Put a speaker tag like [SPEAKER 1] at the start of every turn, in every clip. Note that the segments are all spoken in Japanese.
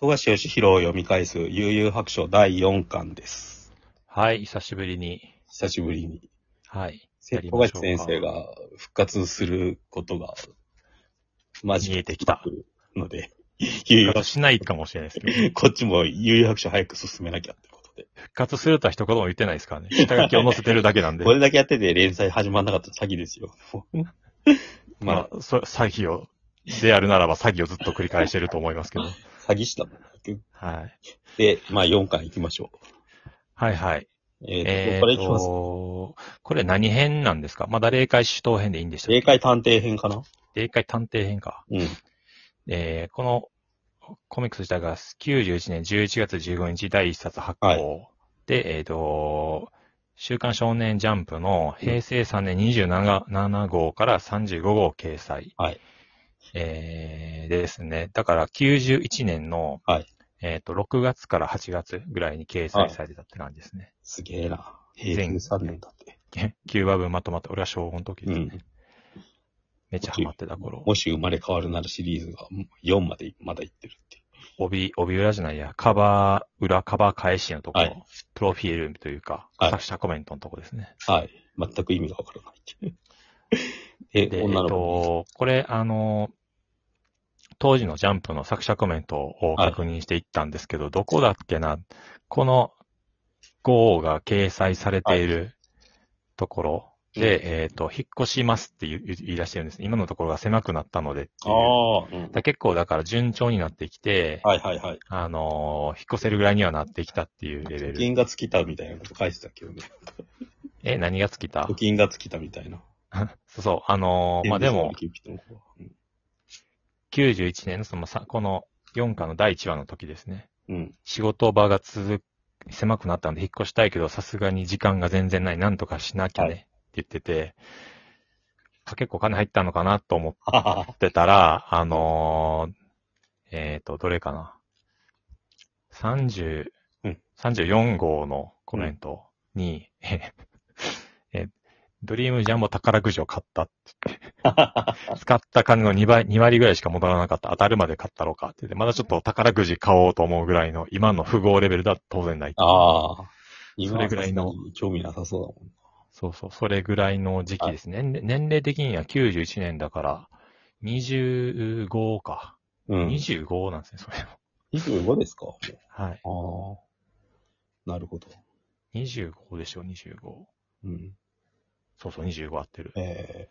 [SPEAKER 1] 富樫義弘を読み返す悠々白書第4巻です。
[SPEAKER 2] はい、久しぶりに。
[SPEAKER 1] 久しぶりに。
[SPEAKER 2] はい。や
[SPEAKER 1] せ
[SPEAKER 2] り
[SPEAKER 1] 富
[SPEAKER 2] まし
[SPEAKER 1] 樫
[SPEAKER 2] ょうか
[SPEAKER 1] 先生が復活することが、マジ
[SPEAKER 2] 見えてきた。
[SPEAKER 1] ので、悠
[SPEAKER 2] 復
[SPEAKER 1] 々
[SPEAKER 2] 活しないかもしれないです けど。
[SPEAKER 1] こっちも悠々白書早く進めなきゃってことで。
[SPEAKER 2] 復活するとは一言も言ってないですからね。下書きを載せてるだけなんで。
[SPEAKER 1] これだけやってて連載始まんなかったら詐欺ですよ。 まあ
[SPEAKER 2] ま、あ、そ詐欺を、であるならば詐欺をずっと繰り返してると思いますけど。
[SPEAKER 1] 詐欺師だもん。
[SPEAKER 2] はい。
[SPEAKER 1] で、まあ4巻行きましょ
[SPEAKER 2] はいはい。
[SPEAKER 1] う。えーと、
[SPEAKER 2] え
[SPEAKER 1] これ
[SPEAKER 2] ー
[SPEAKER 1] 行きます。
[SPEAKER 2] と、これ何編なんですかまだ霊界首頭編でいいんでしたっけ
[SPEAKER 1] 霊界探偵編かな
[SPEAKER 2] 霊界探偵編か。
[SPEAKER 1] うん。
[SPEAKER 2] えーこのコミックス自体が91年11月15日第1冊発行。
[SPEAKER 1] は
[SPEAKER 2] で、えっ、と、週刊少年ジャンプの平成3年27 7号から35号掲載。
[SPEAKER 1] はい
[SPEAKER 2] えーでですね。だから91年の、
[SPEAKER 1] はい
[SPEAKER 2] えっ、と、6月から8月ぐらいに掲載されたって感じですね。
[SPEAKER 1] すげえな。平成3年だって。
[SPEAKER 2] 9話分まとまった。俺は小5の時ですね。
[SPEAKER 1] うん
[SPEAKER 2] めっちゃハマってた頃。
[SPEAKER 1] もし生まれ変わるならシリーズが4までまだ行ってるっていう。
[SPEAKER 2] 帯、帯裏じゃないや、カバー、裏カバー返しのところ、
[SPEAKER 1] はい
[SPEAKER 2] プロフィールというか、
[SPEAKER 1] はい
[SPEAKER 2] 作者コメントのところですね。
[SPEAKER 1] はい。全く意味がわからないっ ていう。
[SPEAKER 2] で、
[SPEAKER 1] え、
[SPEAKER 2] えっ
[SPEAKER 1] 女の子。
[SPEAKER 2] と、これ、あの、当時のジャンプの作者コメントを確認していったんですけど、どこだっけな、この号が掲載されているところで、
[SPEAKER 1] は
[SPEAKER 2] えっ、と、引っ越しますって言い言い出してるんです。今のところが狭くなったのでっていう
[SPEAKER 1] ああ、うん
[SPEAKER 2] だ結構だから順調になってきて、
[SPEAKER 1] はいはいはい。
[SPEAKER 2] あの、引っ越せるぐらいにはなってきたっていうレベル。
[SPEAKER 1] 金が尽きたみたいなこと書いてたけどね。
[SPEAKER 2] え、何が尽きた
[SPEAKER 1] 貯金が尽きたみたいな。
[SPEAKER 2] そうそう、あのーまあ、でも、
[SPEAKER 1] キューピッドの子はうん
[SPEAKER 2] 91年のそのさ、この4巻の第1話の時ですね。
[SPEAKER 1] うん。
[SPEAKER 2] 仕事場が続く、狭くなったので引っ越したいけど、さすがに時間が全然ない、なんとかしなきゃ
[SPEAKER 1] はい
[SPEAKER 2] ねって言ってて、あ結構金入ったのかなと思
[SPEAKER 1] ははは
[SPEAKER 2] ってたら、あのーえっ、と、どれかな。30、
[SPEAKER 1] うん
[SPEAKER 2] 34号のコメントに、 え、ドリームジャンボ宝くじを買った
[SPEAKER 1] は。
[SPEAKER 2] 使った金の2倍、2割ぐらいしか戻らなかった。当たるまで買ったろうかって言って、まだちょっと宝くじ買おうと思うぐらいの、今の富豪レベルだと当然ない。
[SPEAKER 1] ああ。今
[SPEAKER 2] それぐらいの。
[SPEAKER 1] 興味なさそうだもん。
[SPEAKER 2] そうそう、それぐらいの時期ですね。年年齢的には91年だから、25か。
[SPEAKER 1] うん。
[SPEAKER 2] 25なんですね、それも。
[SPEAKER 1] 25ですかも
[SPEAKER 2] はい。
[SPEAKER 1] うああ。なるほど。
[SPEAKER 2] 25でしょ、25。
[SPEAKER 1] うん。
[SPEAKER 2] そうそう、25合ってる。
[SPEAKER 1] え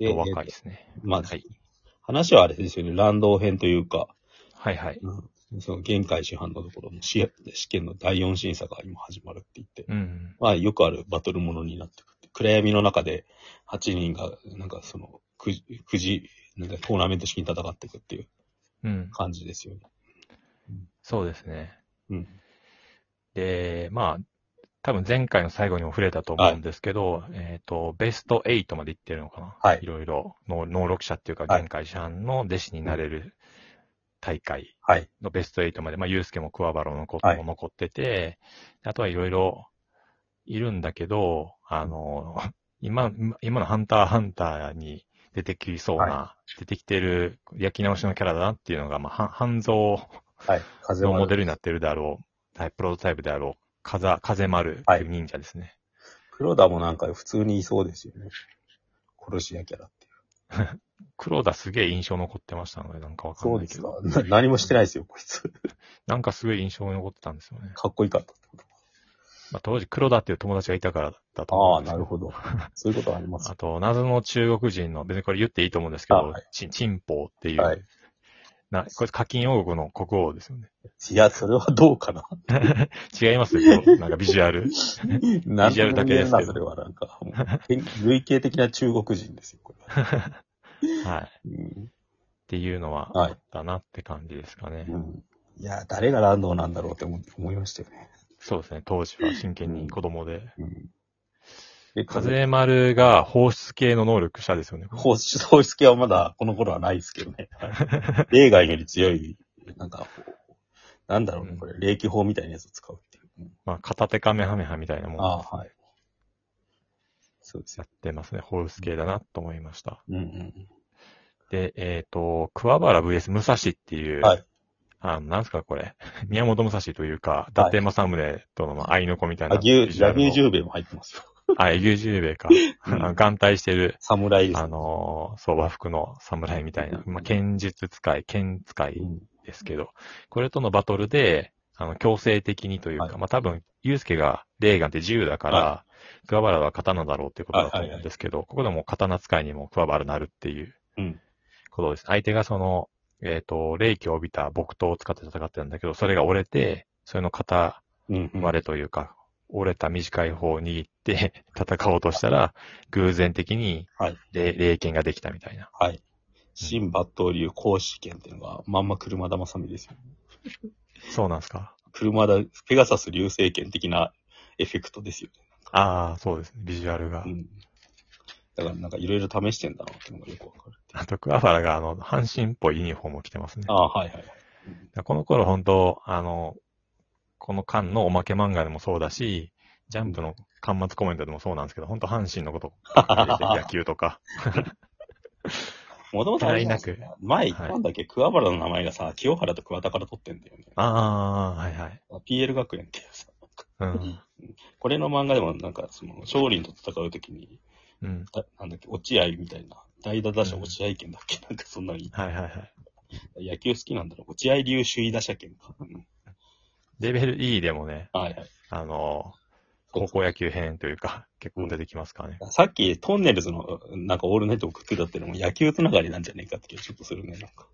[SPEAKER 1] え
[SPEAKER 2] お若いですね。
[SPEAKER 1] まあ、
[SPEAKER 2] はい
[SPEAKER 1] 話はあれですよね。乱動編というか、
[SPEAKER 2] はいはい。
[SPEAKER 1] うん、その、限界師範のところも試、試験の第4審査が今始まるって言って、
[SPEAKER 2] うん。
[SPEAKER 1] まあ、よくあるバトルものになってくって、暗闇の中で8人が、なんかその、くじ、くじ、なんかトーナメント式に戦っていくっていう
[SPEAKER 2] うん。
[SPEAKER 1] 感じですよね。
[SPEAKER 2] そうですね。
[SPEAKER 1] うん。
[SPEAKER 2] で、まあ、多分前回の最後にも触れたと思うんですけど、えっ、と、ベスト8まで行ってるのかな
[SPEAKER 1] はい
[SPEAKER 2] ろいろ、能能力者っていうか、
[SPEAKER 1] はい
[SPEAKER 2] 玄海師範の弟子になれる大会
[SPEAKER 1] はい。
[SPEAKER 2] のベスト8まで、まあ、ユースケも桑原のこ
[SPEAKER 1] はい
[SPEAKER 2] も残ってて、あとはいろいろいるんだけど、あの、 今、今のハンターハンターに出てきそうな、出てきてる焼き直しのキャラだなっていうのが、まあ、は半蔵
[SPEAKER 1] はい。風
[SPEAKER 2] のモデ
[SPEAKER 1] 丸。
[SPEAKER 2] ルになってるであろう、はい、プロトタイプであろう、風、風丸っていう忍者ですね。
[SPEAKER 1] 黒田もなんか普通にいそうですよね。殺し屋キャラっていう。
[SPEAKER 2] 黒田すげえ印象残ってましたので、なんかわかん
[SPEAKER 1] そう
[SPEAKER 2] ない
[SPEAKER 1] で
[SPEAKER 2] け
[SPEAKER 1] す
[SPEAKER 2] ど。
[SPEAKER 1] か。な 何もしてないですよ、こいつ。
[SPEAKER 2] なんかすごい印象に残ってたんですよね。
[SPEAKER 1] かっこいいかったってこと。
[SPEAKER 2] まあ、当時黒田っていう友達がいたからだと思うんですけど。
[SPEAKER 1] ほど。そういうことあります
[SPEAKER 2] あと、謎の中国人の、別にこれ言っていいと思うんですけ
[SPEAKER 1] あ
[SPEAKER 2] ど
[SPEAKER 1] は、
[SPEAKER 2] チンチンポウっていう、
[SPEAKER 1] はい。
[SPEAKER 2] なこれ課金王国の国王ですよね。
[SPEAKER 1] いや、それはどうかな。
[SPEAKER 2] 違いますよ、こうなんかビジュアル。
[SPEAKER 1] な
[SPEAKER 2] ジュアルだけですけど
[SPEAKER 1] んとも言えんなそれはなんか、もう類型的な中国人ですよ、これは。
[SPEAKER 2] はい。っ
[SPEAKER 1] うん
[SPEAKER 2] ていうのは
[SPEAKER 1] はい
[SPEAKER 2] あったなって感じですかね。
[SPEAKER 1] うんいや、誰がランドなんだろうって思思いましたよね。
[SPEAKER 2] そうですね、当時は真剣に子供で。
[SPEAKER 1] うんで、風、
[SPEAKER 2] 風丸が放出系の能力者ですよね。
[SPEAKER 1] 放出、放出系はまだこの頃はないですけど ね。例外より強い、なんか、なんだろう
[SPEAKER 2] う
[SPEAKER 1] ね、
[SPEAKER 2] ん
[SPEAKER 1] これ、霊気法みたいなやつを使うっていう。うん
[SPEAKER 2] まあ、片手カメハメハみたいなもん
[SPEAKER 1] ああ、はい。そうです
[SPEAKER 2] や
[SPEAKER 1] よ。
[SPEAKER 2] ってますね。放出系だなと思いました。
[SPEAKER 1] うんうん。
[SPEAKER 2] で、えっ、と、桑原 VS 武蔵っていう、
[SPEAKER 1] はい
[SPEAKER 2] あの、なんすかこれ。 宮本武蔵というか、伊達政宗とのまあ合いの子みたいな。
[SPEAKER 1] 牛、
[SPEAKER 2] ビジュアルの
[SPEAKER 1] 牛十兵衛も入ってますよ。
[SPEAKER 2] あ、牛十兵 衛か。
[SPEAKER 1] ん
[SPEAKER 2] あの 眼帯してる、
[SPEAKER 1] 侍です。
[SPEAKER 2] あのーそう、和服の侍みたいな。
[SPEAKER 1] うん
[SPEAKER 2] まあ、剣術使い、剣使い
[SPEAKER 1] うん
[SPEAKER 2] ですけど、これとのバトルで、あの、強制的にというか、
[SPEAKER 1] はい
[SPEAKER 2] まあ、多分、ユースケがレーガンって自由だから、
[SPEAKER 1] は
[SPEAKER 2] 桑原は刀だろうっていうことだと
[SPEAKER 1] はいはい
[SPEAKER 2] 思
[SPEAKER 1] は
[SPEAKER 2] うん
[SPEAKER 1] い
[SPEAKER 2] ですけど、ここでもう刀使いにも桑原なるっていう
[SPEAKER 1] うん
[SPEAKER 2] ことです。相手がその、えっ、と、霊気を帯びた木刀を使って戦ってたんだけど、それが折れて、それの型
[SPEAKER 1] うんうん。
[SPEAKER 2] 割れというか、折れた短い方を握って戦おうとしたら、偶然的に
[SPEAKER 1] はい
[SPEAKER 2] 霊、霊剣ができたみたいな。
[SPEAKER 1] はい。新抜刀流公式剣っていうのは、まんま車田正美ですよ。
[SPEAKER 2] そうなんですか。
[SPEAKER 1] 車田、ペガサス流星剣的なエフェクトですよね。
[SPEAKER 2] ああ、そうですね。ビジュアルが
[SPEAKER 1] う。ん。だからなんかいろいろ試してんだなっていうのがよくわかる。
[SPEAKER 2] あと、桑原が、あの、阪神っぽいユニフォームを着てますね。
[SPEAKER 1] ああ、はいはい。
[SPEAKER 2] この頃、本当あの、この間のおまけ漫画でもそうだし、ジャンプの巻末コメントでもそうなんですけど、本当阪神の ことばっかりで野球とか。
[SPEAKER 1] もともとあれなんですよ
[SPEAKER 2] 嫌い
[SPEAKER 1] 前言ったんだっけ、桑原の名前がさ、清原と桑田から取ってんだよね。
[SPEAKER 2] ああ、はいはい。
[SPEAKER 1] PL 学園っていうさ、
[SPEAKER 2] うん。
[SPEAKER 1] これの漫画でもなんか、その、勝利と戦うときに、
[SPEAKER 2] うん。
[SPEAKER 1] だなんだっけ、落合みたいな、代打打者落合剣だっけ、なんかそんなに、
[SPEAKER 2] はいはいはい。
[SPEAKER 1] 野球好きなんだろう。落合流首位打者剣か。うん
[SPEAKER 2] レベル E でもね、
[SPEAKER 1] はいはい。
[SPEAKER 2] あの、
[SPEAKER 1] そう
[SPEAKER 2] 高校野球編というか、結構出てきますからね。
[SPEAKER 1] さっき、トンネルズの、なんか、オールナイトを食ってたってのも野球つながりなんじゃねえかって気がちょっとするね、なんか。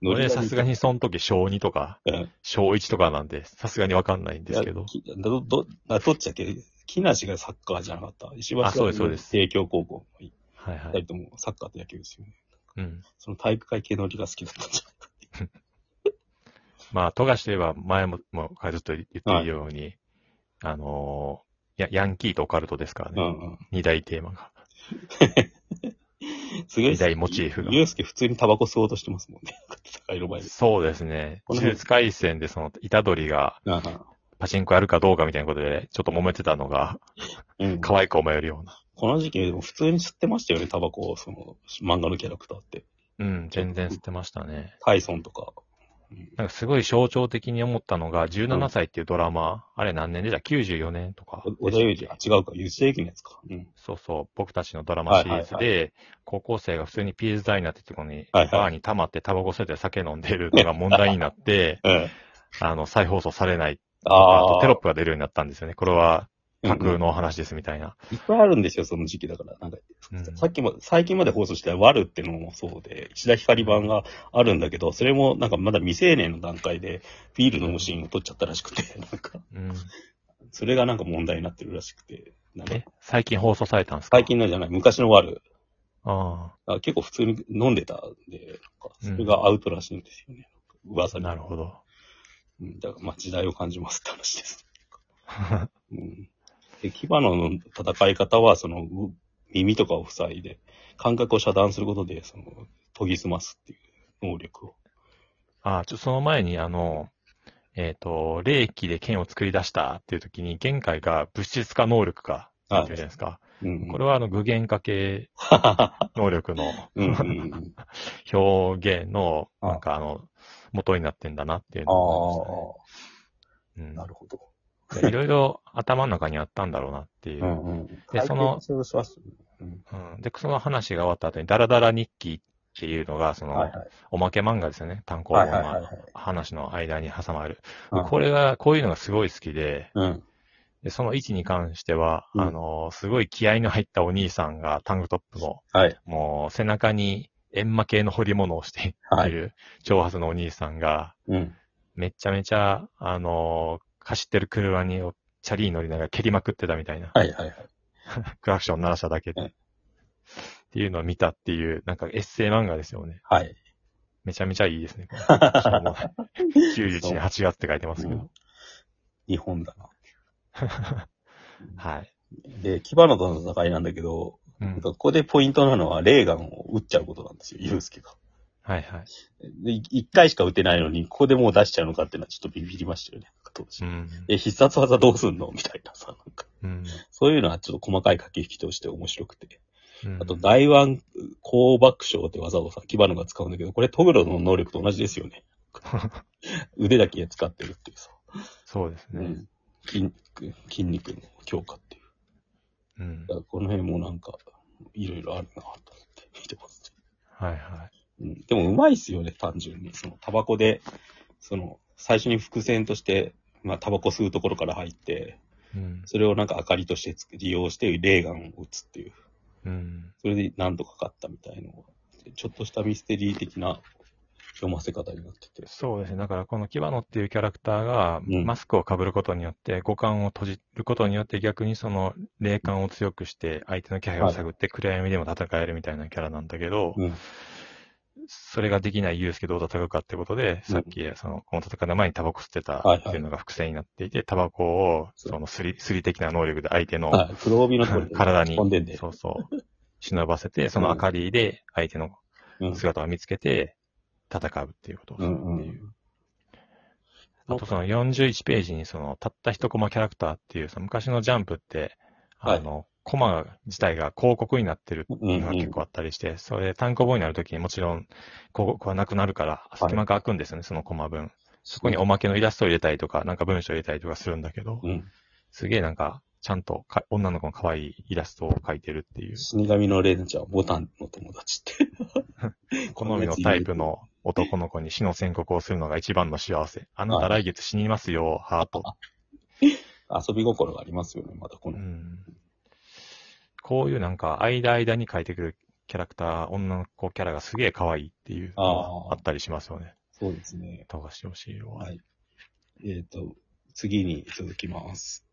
[SPEAKER 1] ノ
[SPEAKER 2] 俺、さすが
[SPEAKER 1] に。
[SPEAKER 2] にその時、小2とか、
[SPEAKER 1] うん
[SPEAKER 2] 小1とかなんで、さすがにわかんないんですけど。
[SPEAKER 1] いやきど、ど、どどっちだっけ木梨がサッカーじゃなかった。石橋が
[SPEAKER 2] あそうですそうです
[SPEAKER 1] 帝京高校。二
[SPEAKER 2] はいは
[SPEAKER 1] 人
[SPEAKER 2] い。
[SPEAKER 1] ともサッカーと野球ですよね。
[SPEAKER 2] うん。
[SPEAKER 1] その体育会系のりが好きだったんじゃないかっていう。
[SPEAKER 2] まあ、富樫といえば、前も、もう、ずっと言っているように、あのーや、ヤンキーとオカルトですから
[SPEAKER 1] う
[SPEAKER 2] ね。
[SPEAKER 1] んうん。
[SPEAKER 2] 二大テーマが。
[SPEAKER 1] すげえ。
[SPEAKER 2] 二大モチーフが
[SPEAKER 1] ユースケ普通にタバコ吸おうとしてますもんね。 高い色前で。
[SPEAKER 2] そうですね。
[SPEAKER 1] この
[SPEAKER 2] 呪
[SPEAKER 1] 辺
[SPEAKER 2] 術廻戦で、その、虎取が、パチンコやるかどうかみたいなことで、ちょっと揉めてたのが、
[SPEAKER 1] うん、
[SPEAKER 2] 可愛く思えるような。
[SPEAKER 1] この時期、でも普通に吸ってましたよね、タバコを、その、漫画のキャラクターって。
[SPEAKER 2] うん、全然捨てましたね。
[SPEAKER 1] タイソンとか。うん
[SPEAKER 2] なんかすごい象徴的に思ったのが、17歳っていうドラマ、あれ何年でした ?94 年とか。
[SPEAKER 1] お小田裕二、あ、違うか、ユース駅のやつか。うん。
[SPEAKER 2] そうそう、僕たちのドラマシリーズで、
[SPEAKER 1] はい
[SPEAKER 2] 高校生が普通に PS ダイナーってとこに、
[SPEAKER 1] はいはい
[SPEAKER 2] バーに溜まってタバコ吸って酒飲んでるのが問題になっ て、
[SPEAKER 1] ええ。
[SPEAKER 2] あの、再放送されない。あ
[SPEAKER 1] ああ。
[SPEAKER 2] とテロップが出るようになったんですよね。これは架
[SPEAKER 1] うんう
[SPEAKER 2] 空
[SPEAKER 1] ん
[SPEAKER 2] のお話ですみたいな。
[SPEAKER 1] いっぱいあるんですよ、その時期だから。なんか、
[SPEAKER 2] うん
[SPEAKER 1] さっきも、最近まで放送したワルってのもそうで、石田光版があるんだけど、それもなんかまだ未成年の段階で、ビール飲むシーンを撮っちゃったらしくて、なん か、
[SPEAKER 2] うん、
[SPEAKER 1] それがなんか問題になってるらしくて、なんか
[SPEAKER 2] え、最近放送されたんですか
[SPEAKER 1] 最。近のじゃない、昔のワル。
[SPEAKER 2] あ
[SPEAKER 1] あ結構普通に飲んでたんで、なんかそれがアウトらしいんですよね。噂
[SPEAKER 2] あ、
[SPEAKER 1] に。
[SPEAKER 2] なるほど。
[SPEAKER 1] うん、だからまあ時代を感じますって話です。うん。で、キバの戦い方は、その、う耳とかを塞いで、感覚を遮断することで、その、研ぎ澄ますっていう能力を。
[SPEAKER 2] あ、ちょ、その前に、あの、えっ、と、霊気で剣を作り出したっていう時に、玄界が物質化能力か、って言うじゃないですか。
[SPEAKER 1] うん。
[SPEAKER 2] これはあの具現化系
[SPEAKER 1] は、
[SPEAKER 2] 能力の
[SPEAKER 1] うんうん うん。あ
[SPEAKER 2] 表現の、
[SPEAKER 1] あ
[SPEAKER 2] なんかあの、元になってんだなっていう
[SPEAKER 1] あ
[SPEAKER 2] のを思いま
[SPEAKER 1] ー、な
[SPEAKER 2] し
[SPEAKER 1] るほど。
[SPEAKER 2] たねうん。いろいろ頭の中にあったんだろうなっていうう。
[SPEAKER 1] んうん。
[SPEAKER 2] でその
[SPEAKER 1] 体験をしますうん
[SPEAKER 2] うん、で、その話が終わった後に、ダラダラ日記っていうのが、そ
[SPEAKER 1] はい
[SPEAKER 2] の
[SPEAKER 1] は、い。
[SPEAKER 2] おまけ漫画ですよね。単行
[SPEAKER 1] はい
[SPEAKER 2] 本
[SPEAKER 1] はいはいは
[SPEAKER 2] の
[SPEAKER 1] い。
[SPEAKER 2] 話の間に挟まる。
[SPEAKER 1] うん
[SPEAKER 2] これが、こういうのがすごい好きで、
[SPEAKER 1] うん。
[SPEAKER 2] で、その位置に関しては、
[SPEAKER 1] うん
[SPEAKER 2] あの、すごい気合の入ったお兄さんがタングトップの、
[SPEAKER 1] はい。
[SPEAKER 2] もう背中に閻魔系の彫り物をして
[SPEAKER 1] はいい。
[SPEAKER 2] る、長髪のお兄さんが、
[SPEAKER 1] うん。
[SPEAKER 2] めちゃめちゃ、あの、走ってる車に、チャリに乗りながら蹴りまくってたみたいな、
[SPEAKER 1] はいはいはい。
[SPEAKER 2] クラクション鳴らしただけで、
[SPEAKER 1] うん
[SPEAKER 2] っていうのを見たっていう、なんかエッセイ漫画ですよね。
[SPEAKER 1] はい。
[SPEAKER 2] めちゃめちゃいいで すね。これしょうもない91年8月って書いてますけ
[SPEAKER 1] う
[SPEAKER 2] ど
[SPEAKER 1] ん。日本だな。
[SPEAKER 2] はい。
[SPEAKER 1] で、キバノとの戦いなんだけど、
[SPEAKER 2] うん。
[SPEAKER 1] ここでポイントなのは、レーガンを撃っちゃうことなんですよ、ユースケが。
[SPEAKER 2] はいはい。
[SPEAKER 1] で、い一回しか打てないのに、ここでもう出しちゃうのかっていうのはちょっとビビりましたよね。なんか当時。
[SPEAKER 2] うん。
[SPEAKER 1] え、必殺技どうすんのみたいなさ、なんか。
[SPEAKER 2] うん。
[SPEAKER 1] そういうのはちょっと細かい駆け引きとして面白くて。
[SPEAKER 2] うん
[SPEAKER 1] あと、 大腕高爆笑って技をさ、キバノが使うんだけど、これトグロの能力と同じですよね。腕だけ使ってるっていうさ。
[SPEAKER 2] そうですね。
[SPEAKER 1] 筋肉、筋肉の強化っていう。
[SPEAKER 2] うん
[SPEAKER 1] だ。からこの辺もなんか、いろいろあるなと思って見てます。
[SPEAKER 2] はいは
[SPEAKER 1] うん、でもうまいっすよね、単純に。その、タバコで、その、最初に伏線として、まあ、タバコ吸うところから入って、
[SPEAKER 2] い。うん。
[SPEAKER 1] それをなんか明かりとしてつ利用して、レーガンを撃つっていう。
[SPEAKER 2] うん。
[SPEAKER 1] それで何度か勝ったみたいのがちょっとしたミステリー的な読ませ方になってて。
[SPEAKER 2] そうですね。だからこのキバノっていうキャラクターが
[SPEAKER 1] うん
[SPEAKER 2] マスクを被ることによって五感を閉じることによって逆にその霊感を強くして相手の気配を探って暗闇でも戦えるみたいなキャラなんだけど、
[SPEAKER 1] うん。
[SPEAKER 2] それができないユースケどう戦うかってことで、
[SPEAKER 1] うん
[SPEAKER 2] さっき、その、この戦いの前にタバコ吸ってた
[SPEAKER 1] はいはい
[SPEAKER 2] っていうのが伏線になっていて、タバコを、その、すり、すり的な能力で相手の
[SPEAKER 1] はい。黒帯のところ
[SPEAKER 2] 体に
[SPEAKER 1] 飛んでんで、
[SPEAKER 2] そうそう、忍ばせて、その明かりで相手の
[SPEAKER 1] うん。
[SPEAKER 2] 姿を見つけて、戦うっていうことをす
[SPEAKER 1] う
[SPEAKER 2] る
[SPEAKER 1] んう
[SPEAKER 2] っていう。
[SPEAKER 1] ん。
[SPEAKER 2] あとその41ページにその、たった一コマキャラクターっていう、その昔のジャンプって、あの、コマ自体が広告になってる
[SPEAKER 1] うん
[SPEAKER 2] のが
[SPEAKER 1] うん
[SPEAKER 2] 結。構あったりして、それで単行本になるときにもちろん広告はなくなるから、隙間が空くんですよね、そのコマ分。
[SPEAKER 1] そ
[SPEAKER 2] そこにおまけのイラストを入れたりとか、なんか文章を入れたりとかするんだけど、
[SPEAKER 1] うん。
[SPEAKER 2] すげえなんか、ちゃんとか女の子の可愛いイラストを描いてるっていう、
[SPEAKER 1] 死神のレンジャー、ボタンの友達って。
[SPEAKER 2] 好みのタイ プ。の男の子に死の宣告をするのが一番の幸せ。あなた来月死にますよ、ハート。
[SPEAKER 1] 遊び心がありますよね、まだこ
[SPEAKER 2] う
[SPEAKER 1] の。
[SPEAKER 2] んこういうなんか、間間に描いてくるキャラクター、女の子キャラがすげえ可愛いっていうのがあったりしますよね。
[SPEAKER 1] そうですね。
[SPEAKER 2] 富樫義しは。
[SPEAKER 1] はいえっ、と、次に続きます。